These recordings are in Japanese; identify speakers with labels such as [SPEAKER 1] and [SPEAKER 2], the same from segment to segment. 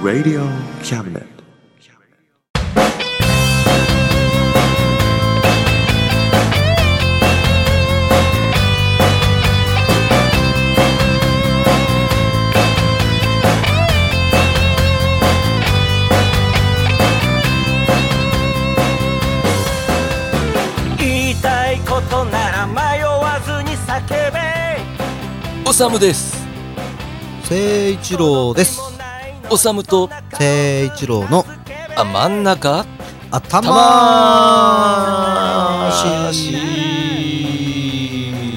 [SPEAKER 1] Radio Cabinet.
[SPEAKER 2] 言いたいことなら迷わずに叫べ
[SPEAKER 3] おさむです
[SPEAKER 4] 聖一郎です。
[SPEAKER 3] おさむと
[SPEAKER 4] 聖一郎の
[SPEAKER 3] あ真ん中
[SPEAKER 4] 頭
[SPEAKER 3] 魂
[SPEAKER 4] し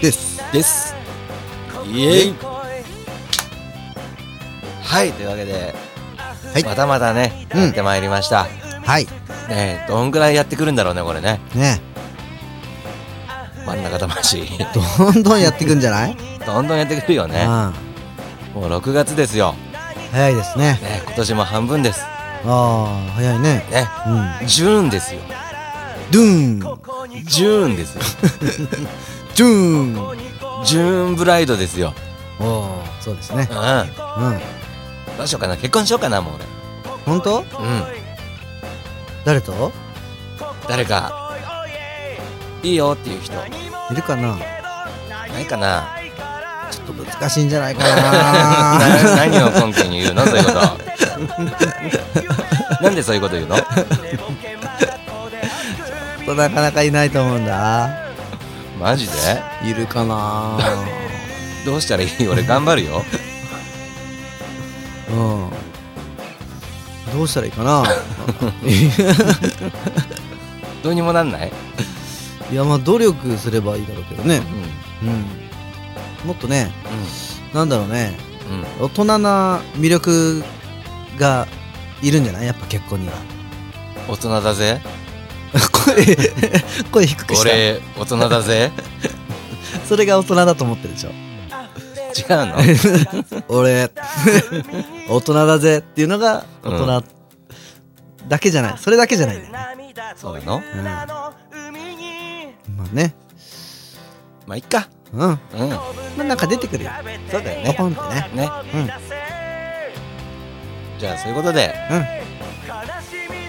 [SPEAKER 4] です。
[SPEAKER 3] ですイエイ
[SPEAKER 5] はい、というわけで、
[SPEAKER 4] はい
[SPEAKER 5] またまたね、
[SPEAKER 4] うん
[SPEAKER 5] やってまいりました。
[SPEAKER 4] はい。
[SPEAKER 5] ねえどんぐらいやってくるんだろうね、これね。
[SPEAKER 4] ね
[SPEAKER 5] 真ん中魂。
[SPEAKER 4] どんどんやっていくんじゃない、
[SPEAKER 5] どんどんやってくるよ
[SPEAKER 4] う
[SPEAKER 5] ね。
[SPEAKER 4] ん。
[SPEAKER 5] もう6月ですよ。
[SPEAKER 4] 早いですね。
[SPEAKER 5] ねえ今年も半分です。
[SPEAKER 4] ああ、早いね。
[SPEAKER 5] ね。
[SPEAKER 4] うん。
[SPEAKER 5] ジューンですよ。
[SPEAKER 4] ドゥーン、
[SPEAKER 5] ジューンですよ。
[SPEAKER 4] ドゥーン。
[SPEAKER 5] ジューンブライドですよ。
[SPEAKER 4] おお、そうですね
[SPEAKER 5] う。ん。
[SPEAKER 4] うん。
[SPEAKER 5] どうしようかな。結婚しようかな、もう
[SPEAKER 4] 本当？
[SPEAKER 5] 俺。うん。
[SPEAKER 4] 誰と？
[SPEAKER 5] 誰か、いいよっていう人、
[SPEAKER 4] いるかな？
[SPEAKER 5] ないかな。
[SPEAKER 4] ちょっと難しいんじゃないか な。
[SPEAKER 5] な何を根拠に言うのそういうこと。なんでそういうこと言うの
[SPEAKER 4] ちょっとなかなかいないと思うんだ。
[SPEAKER 5] マジで
[SPEAKER 4] いるかな。
[SPEAKER 5] どうしたらいい俺頑張るよ。
[SPEAKER 4] うん。どうしたらいいか な。
[SPEAKER 5] どうにもなんない、
[SPEAKER 4] いやまあ努力すればいいだろうけどね
[SPEAKER 5] う、ん
[SPEAKER 4] うん、もっとねなんだろうね
[SPEAKER 5] うん
[SPEAKER 4] 大人な魅力がいるんじゃないやっぱ結婚には
[SPEAKER 5] 大人だぜ
[SPEAKER 4] 声声低くし
[SPEAKER 5] 俺大人だぜ
[SPEAKER 4] たそれが大人だと思ってるでしょ
[SPEAKER 5] 違う の
[SPEAKER 4] 俺大人だぜっていうのが大人だけじゃない、それだけじゃないんだよね
[SPEAKER 5] そうなの
[SPEAKER 4] まあね
[SPEAKER 5] まあいっか
[SPEAKER 4] うんま
[SPEAKER 5] うん
[SPEAKER 4] あなんか出てくるよ
[SPEAKER 5] そうだよ
[SPEAKER 4] ポ
[SPEAKER 5] ね
[SPEAKER 4] コンってね
[SPEAKER 5] ねじゃあそういうことで
[SPEAKER 4] うん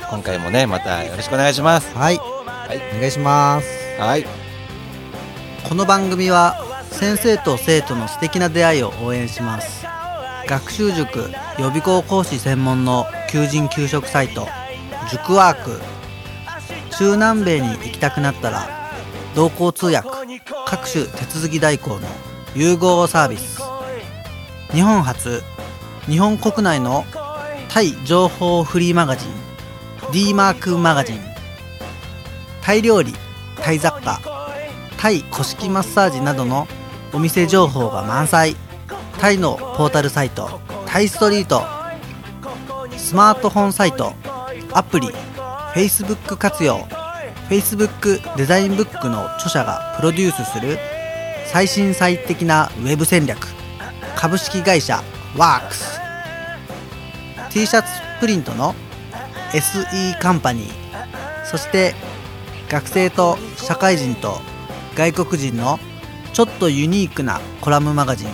[SPEAKER 5] 今回もねまたよろしくお願いします
[SPEAKER 4] はい、お願いします
[SPEAKER 5] はい
[SPEAKER 4] この番組は先生と生徒の素敵な出会いを応援します学習塾予備校講師専門の求人・求職サイト塾ワーク中南米に行きたくなったら同行通訳各種手続き代行の融合サービス日本初日本国内のタイ情報フリーマガジン d マークマガジンタイ料理タイ雑貨タイ古式マッサージなどのお店情報が満載タイのポータルサイトタイストリートスマートフォンサイトアプリ Facebook 活用 Facebook デザインブックの著者がプロデュースする最新最適なウェブ戦略株式会社 WorksT シャツプリントの SE カンパニーそして学生と社会人と外国人のちょっとユニークなコラムマガジン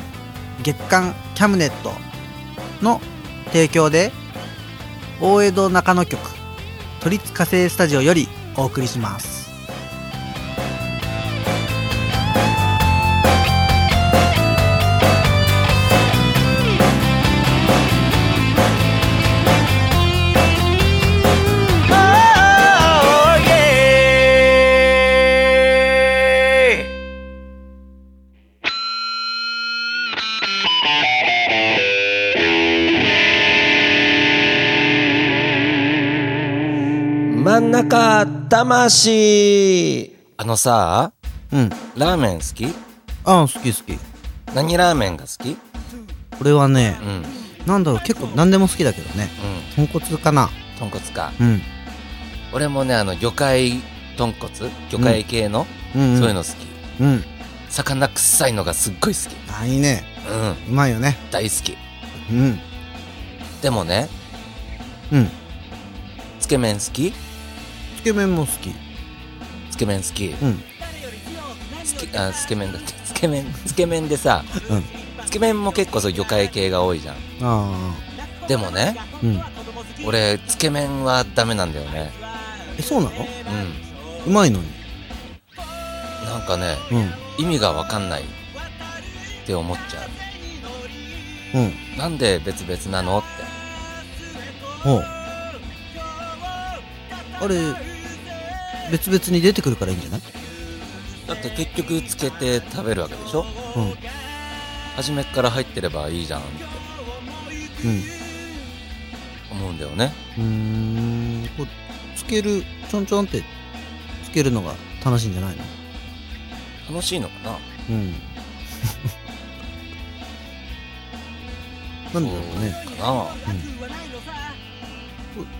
[SPEAKER 4] 月刊キャムネットの提供で大江戸中野局都立火星スタジオよりお送りします
[SPEAKER 5] 真ん中魂あのさ
[SPEAKER 4] うん
[SPEAKER 5] ラーメン好き
[SPEAKER 4] ああ好き好き
[SPEAKER 5] 何ラーメンが好き
[SPEAKER 4] 俺はね
[SPEAKER 5] うんうん
[SPEAKER 4] なんだろう結構何でも好きだけどね豚骨かな
[SPEAKER 5] 豚骨か
[SPEAKER 4] うん
[SPEAKER 5] 俺もねあの魚介豚骨魚介系の、
[SPEAKER 4] うん
[SPEAKER 5] そういうの好き
[SPEAKER 4] うん
[SPEAKER 5] 魚臭いのがすっごい好き
[SPEAKER 4] あいいね
[SPEAKER 5] うん
[SPEAKER 4] うまいよね
[SPEAKER 5] 大好き
[SPEAKER 4] うん
[SPEAKER 5] でもね
[SPEAKER 4] うん
[SPEAKER 5] つけ麺好き
[SPEAKER 4] つけ麺も好き
[SPEAKER 5] つけ麺好き
[SPEAKER 4] うん
[SPEAKER 5] つけあつけ麺だってつ け麺、つけ麺でさ、
[SPEAKER 4] うん
[SPEAKER 5] つけ麺も結構そう魚介系が多いじゃん。
[SPEAKER 4] あ
[SPEAKER 5] でもね、
[SPEAKER 4] あうん
[SPEAKER 5] 俺、つけ麺はダメなんだよね。
[SPEAKER 4] えそうなの
[SPEAKER 5] うん。
[SPEAKER 4] うまいのに
[SPEAKER 5] なんかね、
[SPEAKER 4] うん
[SPEAKER 5] 意味がわかんないって思っちゃう。
[SPEAKER 4] うん
[SPEAKER 5] なんで別々なのって。
[SPEAKER 4] ほうあれ別々に出てくるからいいんじゃない
[SPEAKER 5] だって結局つけて食べるわけでしょ
[SPEAKER 4] うんうん
[SPEAKER 5] 初めっから入ってればいいじゃんって思うんだよね。
[SPEAKER 4] うーんこうつけるちょんちょんってつけるのが楽しいんじゃないの
[SPEAKER 5] 楽しいのかな
[SPEAKER 4] うん なんでだろうね
[SPEAKER 5] そうかな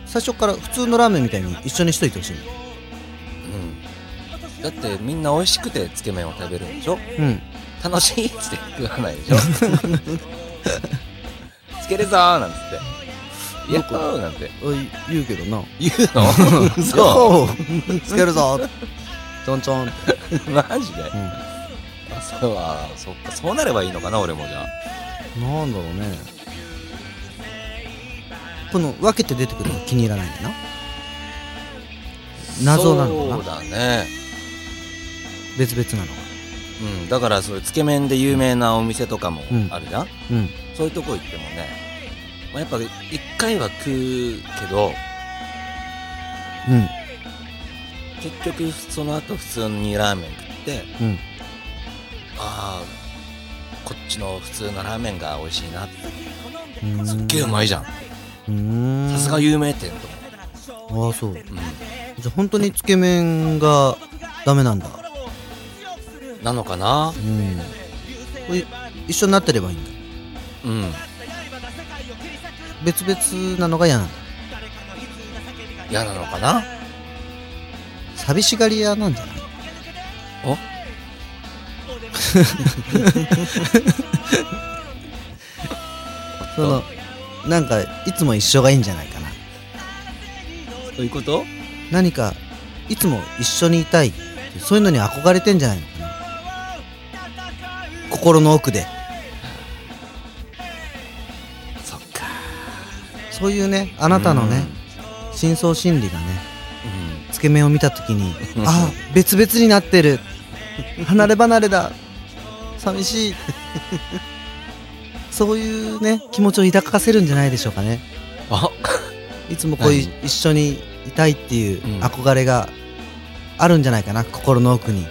[SPEAKER 4] 最初から普通のラーメンみたいに一緒にしといてほしい
[SPEAKER 5] うん。だってみんな美味しくてつけ麺を食べるんでしょ
[SPEAKER 4] うん
[SPEAKER 5] 楽しいっつって食わないで しょつけるぞーなんつって。やっほーなんて
[SPEAKER 4] おい言うけどな
[SPEAKER 5] 言うのそ
[SPEAKER 4] そうつける ぞちょんちょんって、
[SPEAKER 5] うマジで
[SPEAKER 4] うん、
[SPEAKER 5] あそうはそっかそうなればいいのかな俺もじゃあ
[SPEAKER 4] なんだろうねこの分けて出てくるのが気に入らないんだな謎なのか
[SPEAKER 5] そう
[SPEAKER 4] な
[SPEAKER 5] だね
[SPEAKER 4] 別々なのが
[SPEAKER 5] うんだからそれつけ麺で有名なお店とかも
[SPEAKER 4] うん
[SPEAKER 5] あるじゃん、
[SPEAKER 4] うん
[SPEAKER 5] そういうとこ行ってもね、まあ、やっぱ一回は食うけど結局その後普通にラーメン食って
[SPEAKER 4] うんうん
[SPEAKER 5] ああこっちの普通のラーメンが美味しいなって
[SPEAKER 4] うーん
[SPEAKER 5] すっげえうまいじゃん
[SPEAKER 4] うーん
[SPEAKER 5] さすが有名店と思
[SPEAKER 4] ああそう
[SPEAKER 5] う、
[SPEAKER 4] じゃあ本当につけ麺がダメなんだ
[SPEAKER 5] うん、なのかな
[SPEAKER 4] うんこれ一緒になってればいいんだ
[SPEAKER 5] うん
[SPEAKER 4] 別々なのが嫌なんだ
[SPEAKER 5] 嫌なのかな
[SPEAKER 4] 寂しがり屋なんじゃない
[SPEAKER 5] お
[SPEAKER 4] そのなんかいつも一緒がいいんじゃないかな
[SPEAKER 5] そういうこと
[SPEAKER 4] 何かいつも一緒にいたいってそういうのに憧れてんじゃないのかな心の奥で
[SPEAKER 5] そっか
[SPEAKER 4] そういうねあなたのね深層心理がねつけ麺を見た時 にあ別々になってる離れ離れだ寂しい そういうね気持ちを抱かせるんじゃないでしょうかね
[SPEAKER 5] うんあ
[SPEAKER 4] いつもこういう一緒にいたいっていう
[SPEAKER 5] うん
[SPEAKER 4] 憧れがあるんじゃないかな心の奥に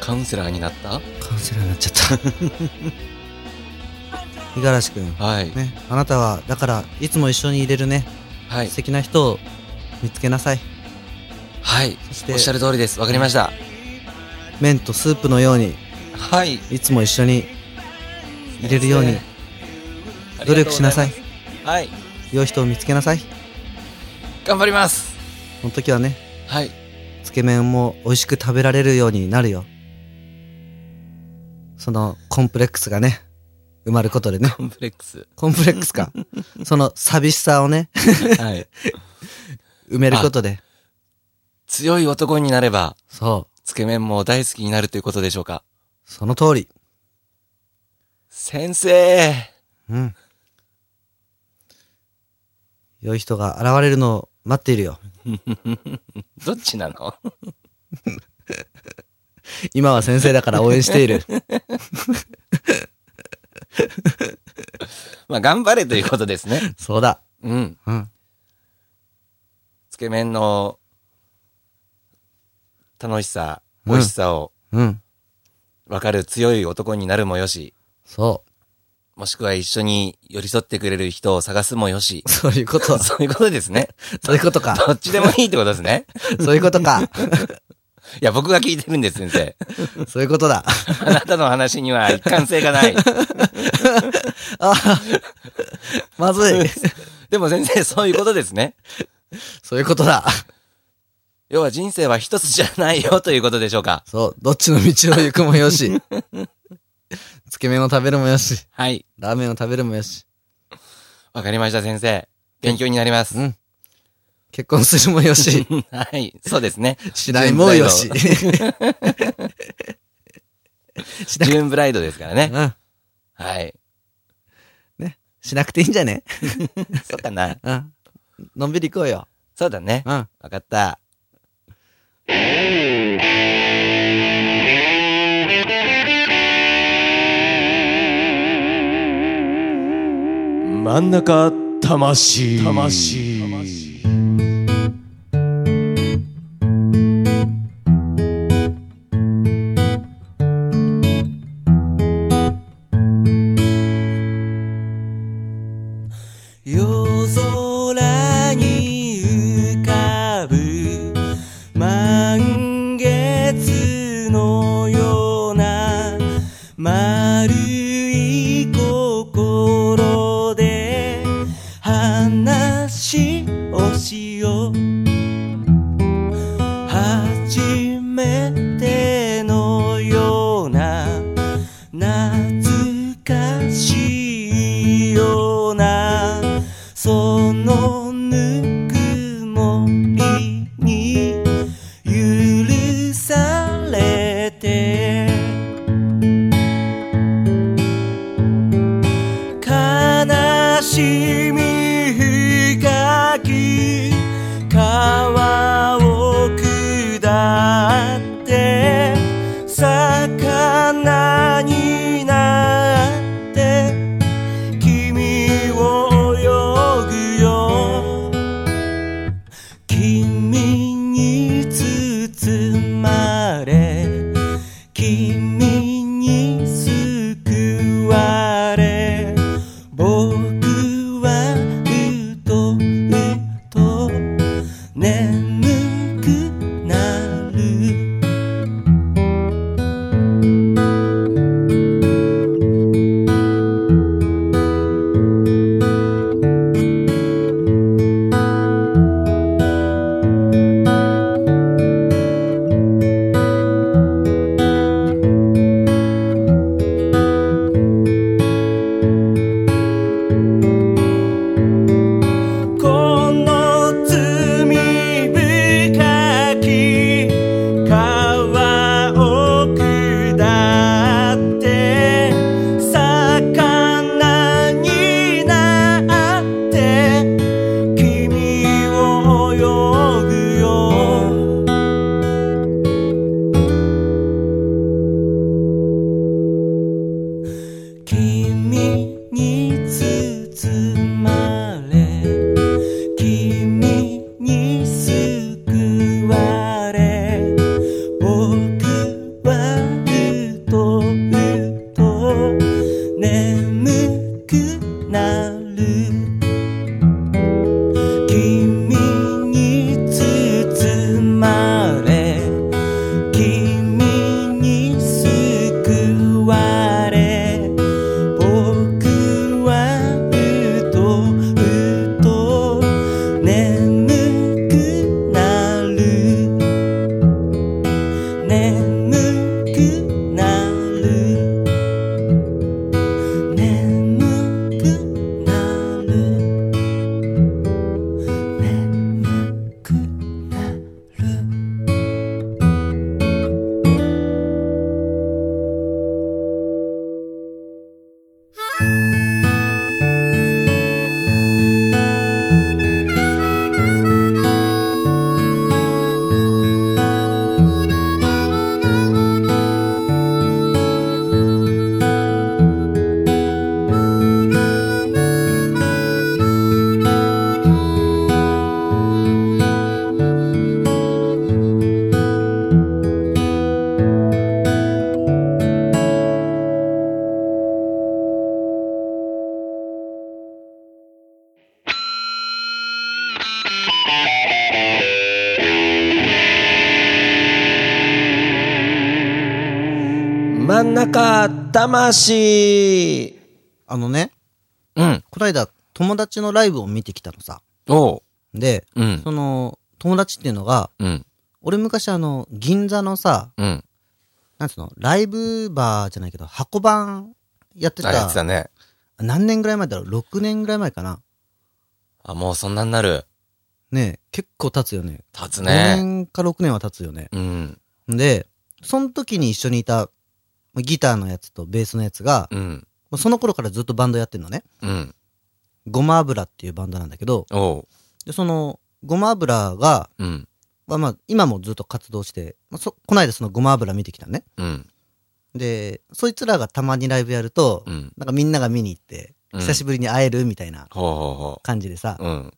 [SPEAKER 5] カウンセラーになった
[SPEAKER 4] カウンセラーになっちゃった五十嵐君
[SPEAKER 5] はい、
[SPEAKER 4] ねあなたはだからいつも一緒にいれるね、
[SPEAKER 5] はい
[SPEAKER 4] 素敵な人を見つけなさい
[SPEAKER 5] はい
[SPEAKER 4] そして
[SPEAKER 5] おっしゃる通りですわかりました
[SPEAKER 4] 麺とスープのように
[SPEAKER 5] はい
[SPEAKER 4] いつも一緒に入れるように
[SPEAKER 5] 先生
[SPEAKER 4] 努力しなさい
[SPEAKER 5] ありがとうございますはい
[SPEAKER 4] 良い人を見つけなさい
[SPEAKER 5] 頑張ります
[SPEAKER 4] その時はね
[SPEAKER 5] はい
[SPEAKER 4] つけ麺も美味しく食べられるようになるよそのコンプレックスがね埋まること でね
[SPEAKER 5] コンプレックス
[SPEAKER 4] コンプレックスかその寂しさをね
[SPEAKER 5] はい
[SPEAKER 4] 埋めることで
[SPEAKER 5] 強い男になれば
[SPEAKER 4] そう
[SPEAKER 5] つけ麺も大好きになるということでしょうか
[SPEAKER 4] その通り
[SPEAKER 5] 先生
[SPEAKER 4] うん良い人が現れるのを待っているよ
[SPEAKER 5] どっちなの
[SPEAKER 4] 今は先生だから応援してい る
[SPEAKER 5] まあ頑張れということですね
[SPEAKER 4] そうだ
[SPEAKER 5] うん
[SPEAKER 4] うん
[SPEAKER 5] つけ麺の楽しさ
[SPEAKER 4] うん
[SPEAKER 5] 美味しさを
[SPEAKER 4] うん
[SPEAKER 5] 分かる強い男になるもよし
[SPEAKER 4] そ
[SPEAKER 5] もしくは一緒に寄り添ってくれる人を探すもよし
[SPEAKER 4] う そういうこと
[SPEAKER 5] そういうことですね
[SPEAKER 4] そういうことか
[SPEAKER 5] どっちでもいいってことです ね
[SPEAKER 4] そういうことか。
[SPEAKER 5] いや僕が聞いてるんです先生
[SPEAKER 4] そういうことだ。
[SPEAKER 5] あなたの話には一貫性がない
[SPEAKER 4] あまずい。
[SPEAKER 5] でも先生そういうことですね
[SPEAKER 4] そういうことだ。
[SPEAKER 5] 要は人生は一つじゃないよということでしょうか
[SPEAKER 4] そう。どっちの道を行くもよ し。つけ麺を食べるもよし。
[SPEAKER 5] はい
[SPEAKER 4] ラーメンを食べるもよし。
[SPEAKER 5] わかりました先生勉強になります、
[SPEAKER 4] うん結婚するも よ し。
[SPEAKER 5] はい、そうですね。
[SPEAKER 4] しないもよし
[SPEAKER 5] 現。在の
[SPEAKER 4] しな
[SPEAKER 5] ジ
[SPEAKER 4] く
[SPEAKER 5] ューンブライドですからね。
[SPEAKER 4] うん。
[SPEAKER 5] はい。
[SPEAKER 4] しなくていいんじゃね
[SPEAKER 5] そうかな。
[SPEAKER 4] うん。のんびり行こうよ。
[SPEAKER 5] そうだね。
[SPEAKER 4] うん。
[SPEAKER 5] わかった。
[SPEAKER 1] 真ん中魂魂
[SPEAKER 2] 夜空に浮かぶ満月のような丸い心で話をしよう初めてのような懐かしいようなそのぬくもりに許されて悲しみ深き川を下って魚になって君を泳ぐよ君に包まれ君に救われ僕はうとうと眠くなるこの罪深き川を下って魚になって君を泳ぐよ君に包まれ君に救われ僕はうとうと眠くなる君に包まれ君に救われ僕はうとうと眠くなる眠くなる眠くなる眠くなる
[SPEAKER 1] 真ん中魂
[SPEAKER 4] あのね、
[SPEAKER 5] うん。
[SPEAKER 4] こないだ友達のライブを見てきたのさ。
[SPEAKER 5] おう。
[SPEAKER 4] で、
[SPEAKER 5] うん。
[SPEAKER 4] その、友達っていうのが、
[SPEAKER 5] うん。
[SPEAKER 4] 俺昔あの、銀座のさ、
[SPEAKER 5] うん。
[SPEAKER 4] なんつうの、ライブバーじゃないけど、箱番やって
[SPEAKER 5] あやって
[SPEAKER 4] た
[SPEAKER 5] た、ね。
[SPEAKER 4] 何年ぐらい前だろう ?6 年ぐらい前かな。
[SPEAKER 5] あ、もうそんなになる。
[SPEAKER 4] ねえ結構経つよね。
[SPEAKER 5] 経つ
[SPEAKER 4] 5
[SPEAKER 5] ね。
[SPEAKER 4] 年か6年は経つよね。
[SPEAKER 5] うん。
[SPEAKER 4] で、その時に一緒にいたまあギターのやつとベースのやつが、
[SPEAKER 5] うん。
[SPEAKER 4] まあその頃からずっとバンドやってんのね。
[SPEAKER 5] うん。
[SPEAKER 4] ごま油っていうバンドなんだけど、
[SPEAKER 5] おう。
[SPEAKER 4] で、その、ごま油が、
[SPEAKER 5] うん。
[SPEAKER 4] まあまあ、今もずっと活動して、まあ、そ、こないだそのごま油見てきたね。
[SPEAKER 5] うん。
[SPEAKER 4] で、そいつらがたまにライブやると、
[SPEAKER 5] うん。
[SPEAKER 4] なんかみんなが見に行って、
[SPEAKER 5] うん
[SPEAKER 4] 久しぶりに会えるみたいな
[SPEAKER 5] ほうほうほ
[SPEAKER 4] 感じでさ、
[SPEAKER 5] う。うん。
[SPEAKER 4] だか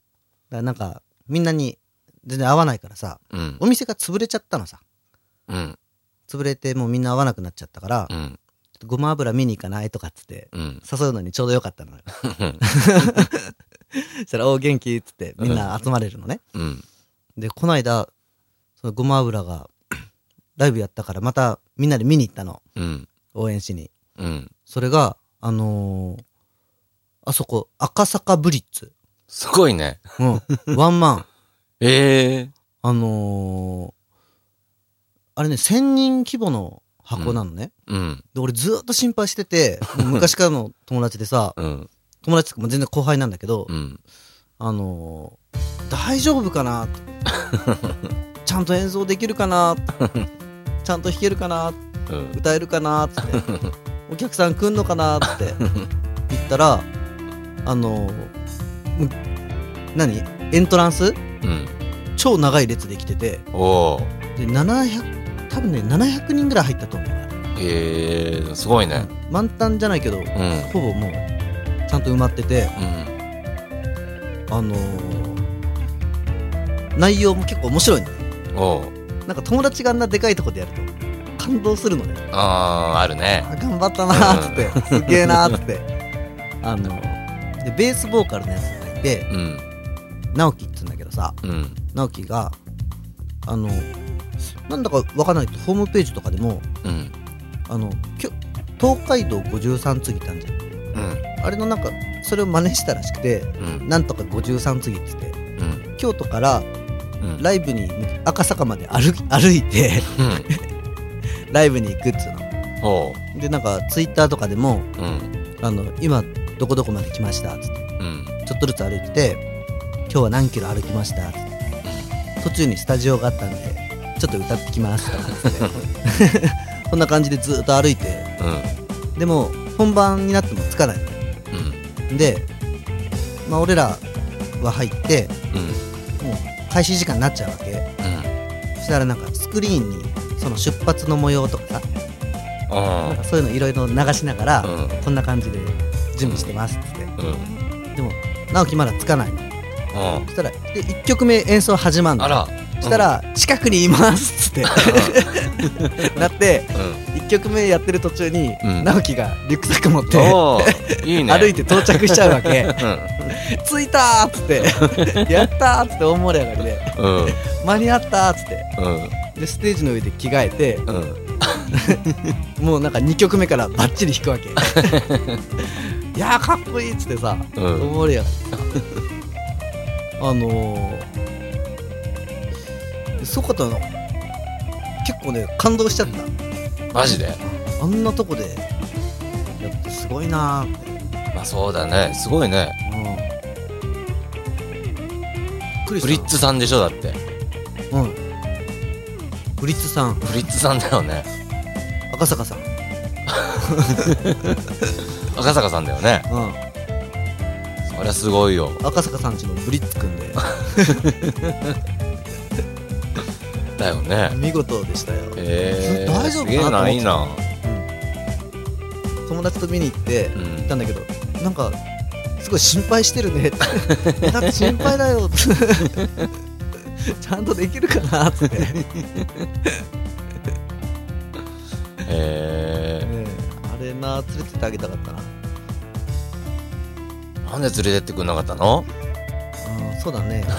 [SPEAKER 4] らなんか、みんなに全然会わないからさ、
[SPEAKER 5] うん。
[SPEAKER 4] お店が潰れちゃったのさ。
[SPEAKER 5] うん。
[SPEAKER 4] 潰れてもうみんな会わなくなっちゃったから
[SPEAKER 5] う、ん。
[SPEAKER 4] ごま油見に行かないとかっつって、
[SPEAKER 5] うん。
[SPEAKER 4] 誘うのにちょうどよかったのよ。 そしたら、おー元気っつって、みんな集まれるのね。
[SPEAKER 5] うん。
[SPEAKER 4] で、こないだ、そのごま油が、 ライブやったから、またみんなで見に行ったの。
[SPEAKER 5] うん。
[SPEAKER 4] 応援しに。
[SPEAKER 5] うん。
[SPEAKER 4] それが、あのーあそこ、赤坂ブリッツ。
[SPEAKER 5] すごいね。
[SPEAKER 4] うん。ワンマン。
[SPEAKER 5] ええ。
[SPEAKER 4] あのーあれね、1000人規模の箱なのね。
[SPEAKER 5] うん。
[SPEAKER 4] で、俺ずーっと心配し てて、もう昔からの友達でさ、
[SPEAKER 5] うん。
[SPEAKER 4] 友達とかも全然後輩なんだけど、
[SPEAKER 5] うん。
[SPEAKER 4] あのー大丈夫かな ちゃんと演奏できるかな ちゃんと弾けるかな
[SPEAKER 5] うん。
[SPEAKER 4] 歌えるかなっつって お客さん来んのかなって言ったらあのもう何エントランス
[SPEAKER 5] うん。
[SPEAKER 4] 超長い列できてて
[SPEAKER 5] おう。
[SPEAKER 4] で700多分ね700人ぐらい入ったと思う、
[SPEAKER 5] ええ、すごいね。
[SPEAKER 4] 満タンじゃないけど、
[SPEAKER 5] う
[SPEAKER 4] ほぼもうちゃんと埋まってて
[SPEAKER 5] ん。うん。
[SPEAKER 4] あのー内容も結構面白いね
[SPEAKER 5] おう。
[SPEAKER 4] なんか友達があんなでかいとこでやると感動するのね
[SPEAKER 5] ああ、あるね。
[SPEAKER 4] あ頑張ったなーっつって、すげえなーっつって。 あの、で、ベースボーカルのやつがいて、
[SPEAKER 5] うん。
[SPEAKER 4] 直樹って言うんだけどさ、
[SPEAKER 5] うん。
[SPEAKER 4] 直樹が、あの、なんだかわかんないけど、ホームページとかでも、
[SPEAKER 5] うん。
[SPEAKER 4] あの、きょ東海道53次ってあるじゃん。
[SPEAKER 5] うん。
[SPEAKER 4] あれのなんか、それを真似したらしくて、
[SPEAKER 5] うん。
[SPEAKER 4] なんとか53次っつって、
[SPEAKER 5] うん。
[SPEAKER 4] 京都から
[SPEAKER 5] うん。
[SPEAKER 4] ライブに向け、赤坂まで歩き 歩いて、
[SPEAKER 5] うん。
[SPEAKER 4] ライブに行くっつうの。
[SPEAKER 5] おう。
[SPEAKER 4] で、なんか、ツイッターとかでも、
[SPEAKER 5] うん。
[SPEAKER 4] あの、今、どこどこまで来ましたっつって。
[SPEAKER 5] うん。
[SPEAKER 4] ちょっとずつ歩いてて「今日は何キロ歩きました」って途中にスタジオがあったんでちょっと歌って きます」とかっつってこんな感じでずっと歩いて
[SPEAKER 5] うん。
[SPEAKER 4] でも本番になってもつかない
[SPEAKER 5] うん。
[SPEAKER 4] で、まあ、俺らは入って
[SPEAKER 5] うん。
[SPEAKER 4] もう開始時間になっちゃうわけ
[SPEAKER 5] うん。
[SPEAKER 4] そしたらなんかスクリーンにその出発の模様とかさ
[SPEAKER 5] あ
[SPEAKER 4] なんかそういうのいろいろ流しながら、
[SPEAKER 5] うん
[SPEAKER 4] こんな感じで準備してますっつって、
[SPEAKER 5] あ。うん。
[SPEAKER 4] でも直樹まだつかないの
[SPEAKER 5] うん。
[SPEAKER 4] そしたらで1曲目演奏始まるの
[SPEAKER 5] あら。
[SPEAKER 4] したら「近くにいます」っつってなって
[SPEAKER 5] う
[SPEAKER 4] 1曲目やってる途中に
[SPEAKER 5] うん
[SPEAKER 4] 直樹がリュックサック持って
[SPEAKER 5] ん。おお。いいね。
[SPEAKER 4] 歩いて到着しちゃう わけ
[SPEAKER 5] う
[SPEAKER 4] 「着いた!」っつ って「やった!」っつって大盛り上がりで
[SPEAKER 5] ん。うん。
[SPEAKER 4] 「間に合った!」っつって
[SPEAKER 5] うん。
[SPEAKER 4] でステージの上で着替えて
[SPEAKER 5] うん。
[SPEAKER 4] もうなんか2曲目からバッチリ弾 くわけいやーかっこいいっつってさ大
[SPEAKER 5] うん
[SPEAKER 4] 盛り上がりあのー、すごかったの結構ね感動しちゃった
[SPEAKER 5] マジで。
[SPEAKER 4] あんなとこでやってすごいなーって、
[SPEAKER 5] まあ、そうだね。すごいね。
[SPEAKER 4] うん、びっくりした
[SPEAKER 5] フリッツさんでしょだって。
[SPEAKER 4] うんブリッツさん
[SPEAKER 5] フリッツさんだよね。
[SPEAKER 4] 赤坂さん、
[SPEAKER 5] 赤坂さんだよね。
[SPEAKER 4] う
[SPEAKER 5] そりゃすごいよ。
[SPEAKER 4] ん、赤坂さんちのブリッツくんで
[SPEAKER 5] だよね。
[SPEAKER 4] 見事でしたよ、
[SPEAKER 5] ええ。
[SPEAKER 4] 大丈夫
[SPEAKER 5] すげえ
[SPEAKER 4] かなと
[SPEAKER 5] な。
[SPEAKER 4] 思って
[SPEAKER 5] いいな。
[SPEAKER 4] うん、友達と見に行って
[SPEAKER 5] う
[SPEAKER 4] 行っ
[SPEAKER 5] ん。
[SPEAKER 4] たんだけどなんかすごい心配してるねっ てだって心配だよって ちゃんとできるかなって、ね
[SPEAKER 5] え
[SPEAKER 4] えあれな連れてってあげたかったな
[SPEAKER 5] え。なんで連れてってくんなかったの。
[SPEAKER 4] あーそうだね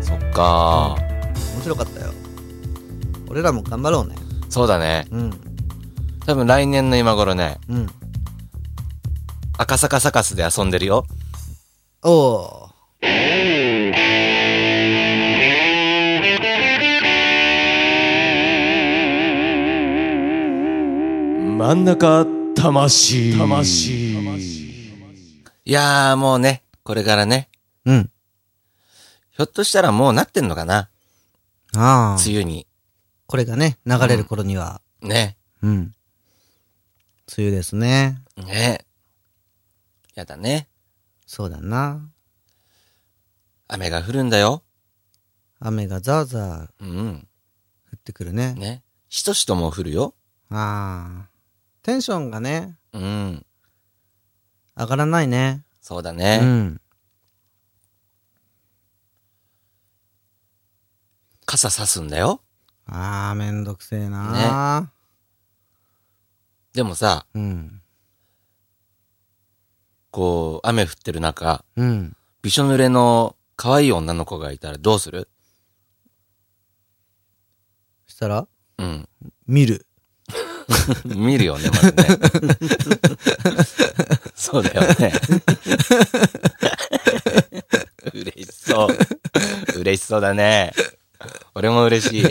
[SPEAKER 5] そっか。
[SPEAKER 4] 面白かったよ俺らも頑張ろうね
[SPEAKER 5] そうだね。
[SPEAKER 4] うん
[SPEAKER 5] 多分来年の今頃ね。
[SPEAKER 4] うん
[SPEAKER 5] 赤坂サカスで遊んでるよ。
[SPEAKER 4] おお
[SPEAKER 1] 真ん中魂魂
[SPEAKER 5] いやーもうね、これからね、
[SPEAKER 4] うん
[SPEAKER 5] ひょっとしたらもうなってんのかな
[SPEAKER 4] ああ
[SPEAKER 5] 梅雨に。
[SPEAKER 4] これがね、流れる頃には、
[SPEAKER 5] ね。
[SPEAKER 4] うん。梅雨ですね。
[SPEAKER 5] ね。やだね。
[SPEAKER 4] そうだな。
[SPEAKER 5] 雨が降るんだよ。
[SPEAKER 4] 雨がザーザー降
[SPEAKER 5] うん。
[SPEAKER 4] ってくるね。
[SPEAKER 5] ね。しとしとも降るよ。
[SPEAKER 4] ああ。テンションがね、
[SPEAKER 5] うん。
[SPEAKER 4] 上がらないね。
[SPEAKER 5] そうだ
[SPEAKER 4] う
[SPEAKER 5] ね。
[SPEAKER 4] ん。
[SPEAKER 5] 傘さすんだよ。
[SPEAKER 4] ああ、めんどくせえな、
[SPEAKER 5] でもさ、
[SPEAKER 4] うん。
[SPEAKER 5] こう、雨降ってる中、
[SPEAKER 4] うん。
[SPEAKER 5] びしょ濡れの可愛い女の子がいたらどうする
[SPEAKER 4] したら
[SPEAKER 5] うん。
[SPEAKER 4] 見る。
[SPEAKER 5] 見るよね、まずね。 そうだよね。 嬉しそう。嬉しそうだね。俺も嬉しい。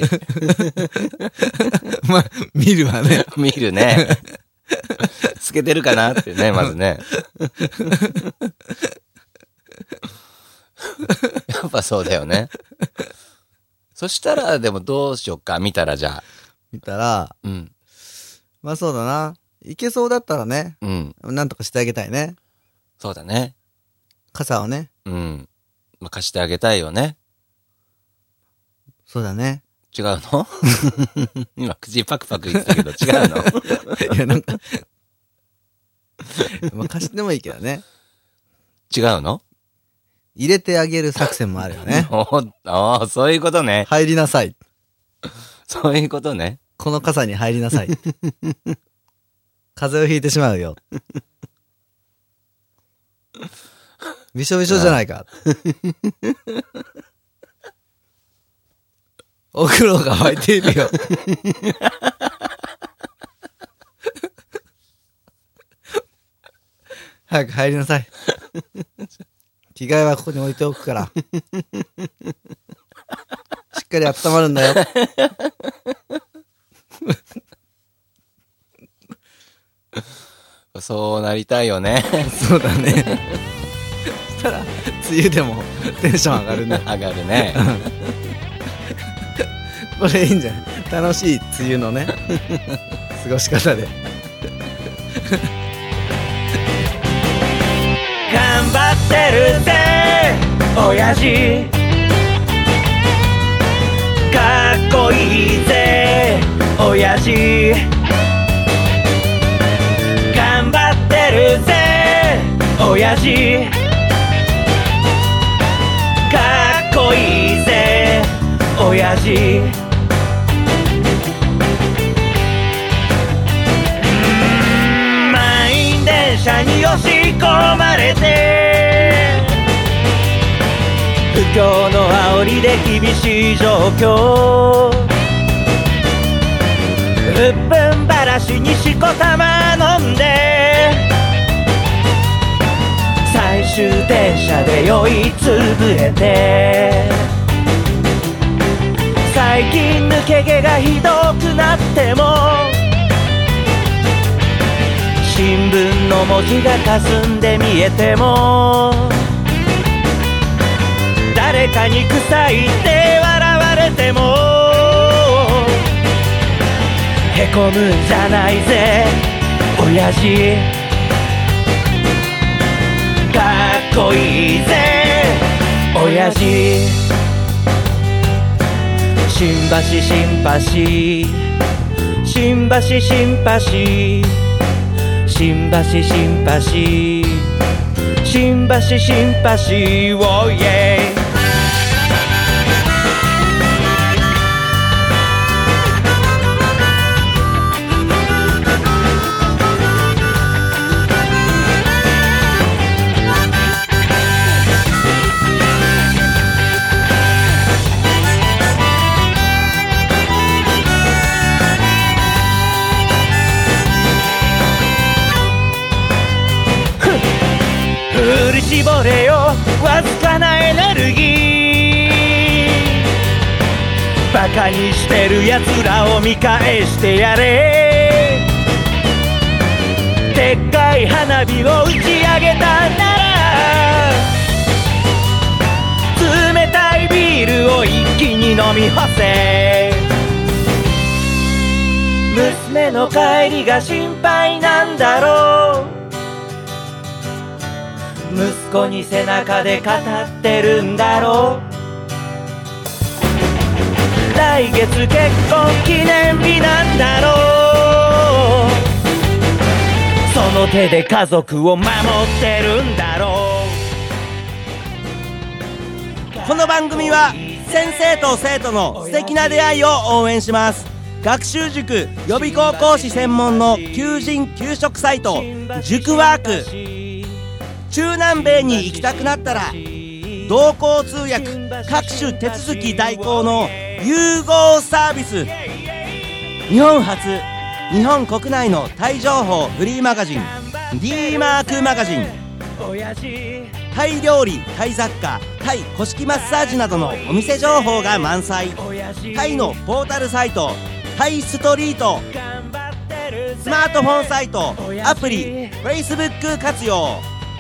[SPEAKER 4] まあ、 見るわね。
[SPEAKER 5] 見るね。透けてるかなってね、まずね。 やっぱそうだよね。そしたら、でもどうしよっか、見たらじゃあ。
[SPEAKER 4] 見たら、
[SPEAKER 5] うん。
[SPEAKER 4] まあそうだな。いけそうだったらね、
[SPEAKER 5] うん。
[SPEAKER 4] なんとかしてあげたいね。
[SPEAKER 5] そうだね。
[SPEAKER 4] 傘をね。
[SPEAKER 5] うん。まあ、貸してあげたいよね。
[SPEAKER 4] そうだね。
[SPEAKER 5] 違うの 今、口パクパク言ってたけど、違うの
[SPEAKER 4] いや、なんか。まあ貸してもいいけどね。
[SPEAKER 5] 違うの
[SPEAKER 4] 入れてあげる作戦もあるよね。
[SPEAKER 5] おおそういうことね。
[SPEAKER 4] 入りなさい。
[SPEAKER 5] そういうことね。
[SPEAKER 4] この傘に入りなさい。風邪をひいてしまうよ。びしょびしょじゃないか。お風呂が沸いているよ。早く入りなさい。着替えはここに置いておくから。しっかり温まるんだよ。
[SPEAKER 5] そうなりたいよね。
[SPEAKER 4] そうだね。したら、梅雨でもテンション上がるね。
[SPEAKER 5] 上がるね。
[SPEAKER 4] これいいんじゃない楽しい梅雨のね、過ごし方で。
[SPEAKER 2] 頑張ってるぜ親父かっこいいぜ親父頑張ってるぜ親父かっこいいぜ親父満員電車に押し込まれて不況の煽りで厳しい状況うっぷんばらしにしこたま飲んで最終電車で酔いつぶれて最近抜け毛がひどくなっても新聞の文字が霞んで見えても誰かに臭いって笑われてもへこむんじゃないぜ親父かっこいいぜ親父新橋新橋新橋新橋新橋新橋新橋新橋をイエイ振り絞れよわずかなエネルギーバカにしてるやつらを見返してやれでっかい花火を打ち上げたなら冷たいビールを一気に飲み干せ
[SPEAKER 6] 娘の帰りが心配なんだろう息子に背中で語ってるんだろう来月結婚記念日なんだろうその手で家族を守ってるんだろう
[SPEAKER 2] この番組は先生と生徒の素敵な出会いを応援します学習塾予備高校師専門の求人・求職サイト塾ワーク
[SPEAKER 6] ーク
[SPEAKER 2] 中南米に行きたくなったら同行通訳各種手続き代行の融合サービス日本初日本国内のタイ情報フリーマガジン D マークマガジンタイ料理タイ雑貨タイ古式マッサージなどのお店情報が満載タイのポータルサイトタイストリートスマートフォンサイトアプリ Facebook 活用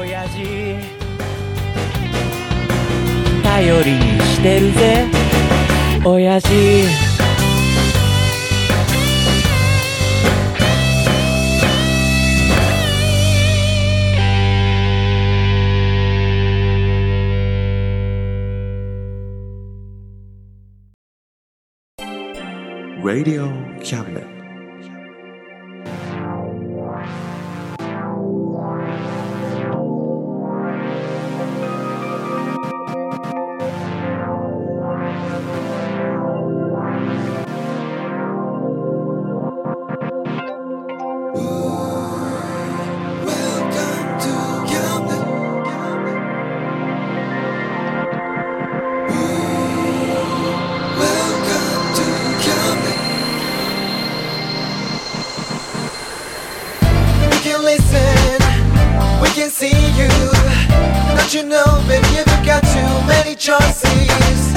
[SPEAKER 6] 親父頼りにしてるぜ親父
[SPEAKER 5] Don't you know, baby, you've got too many choices.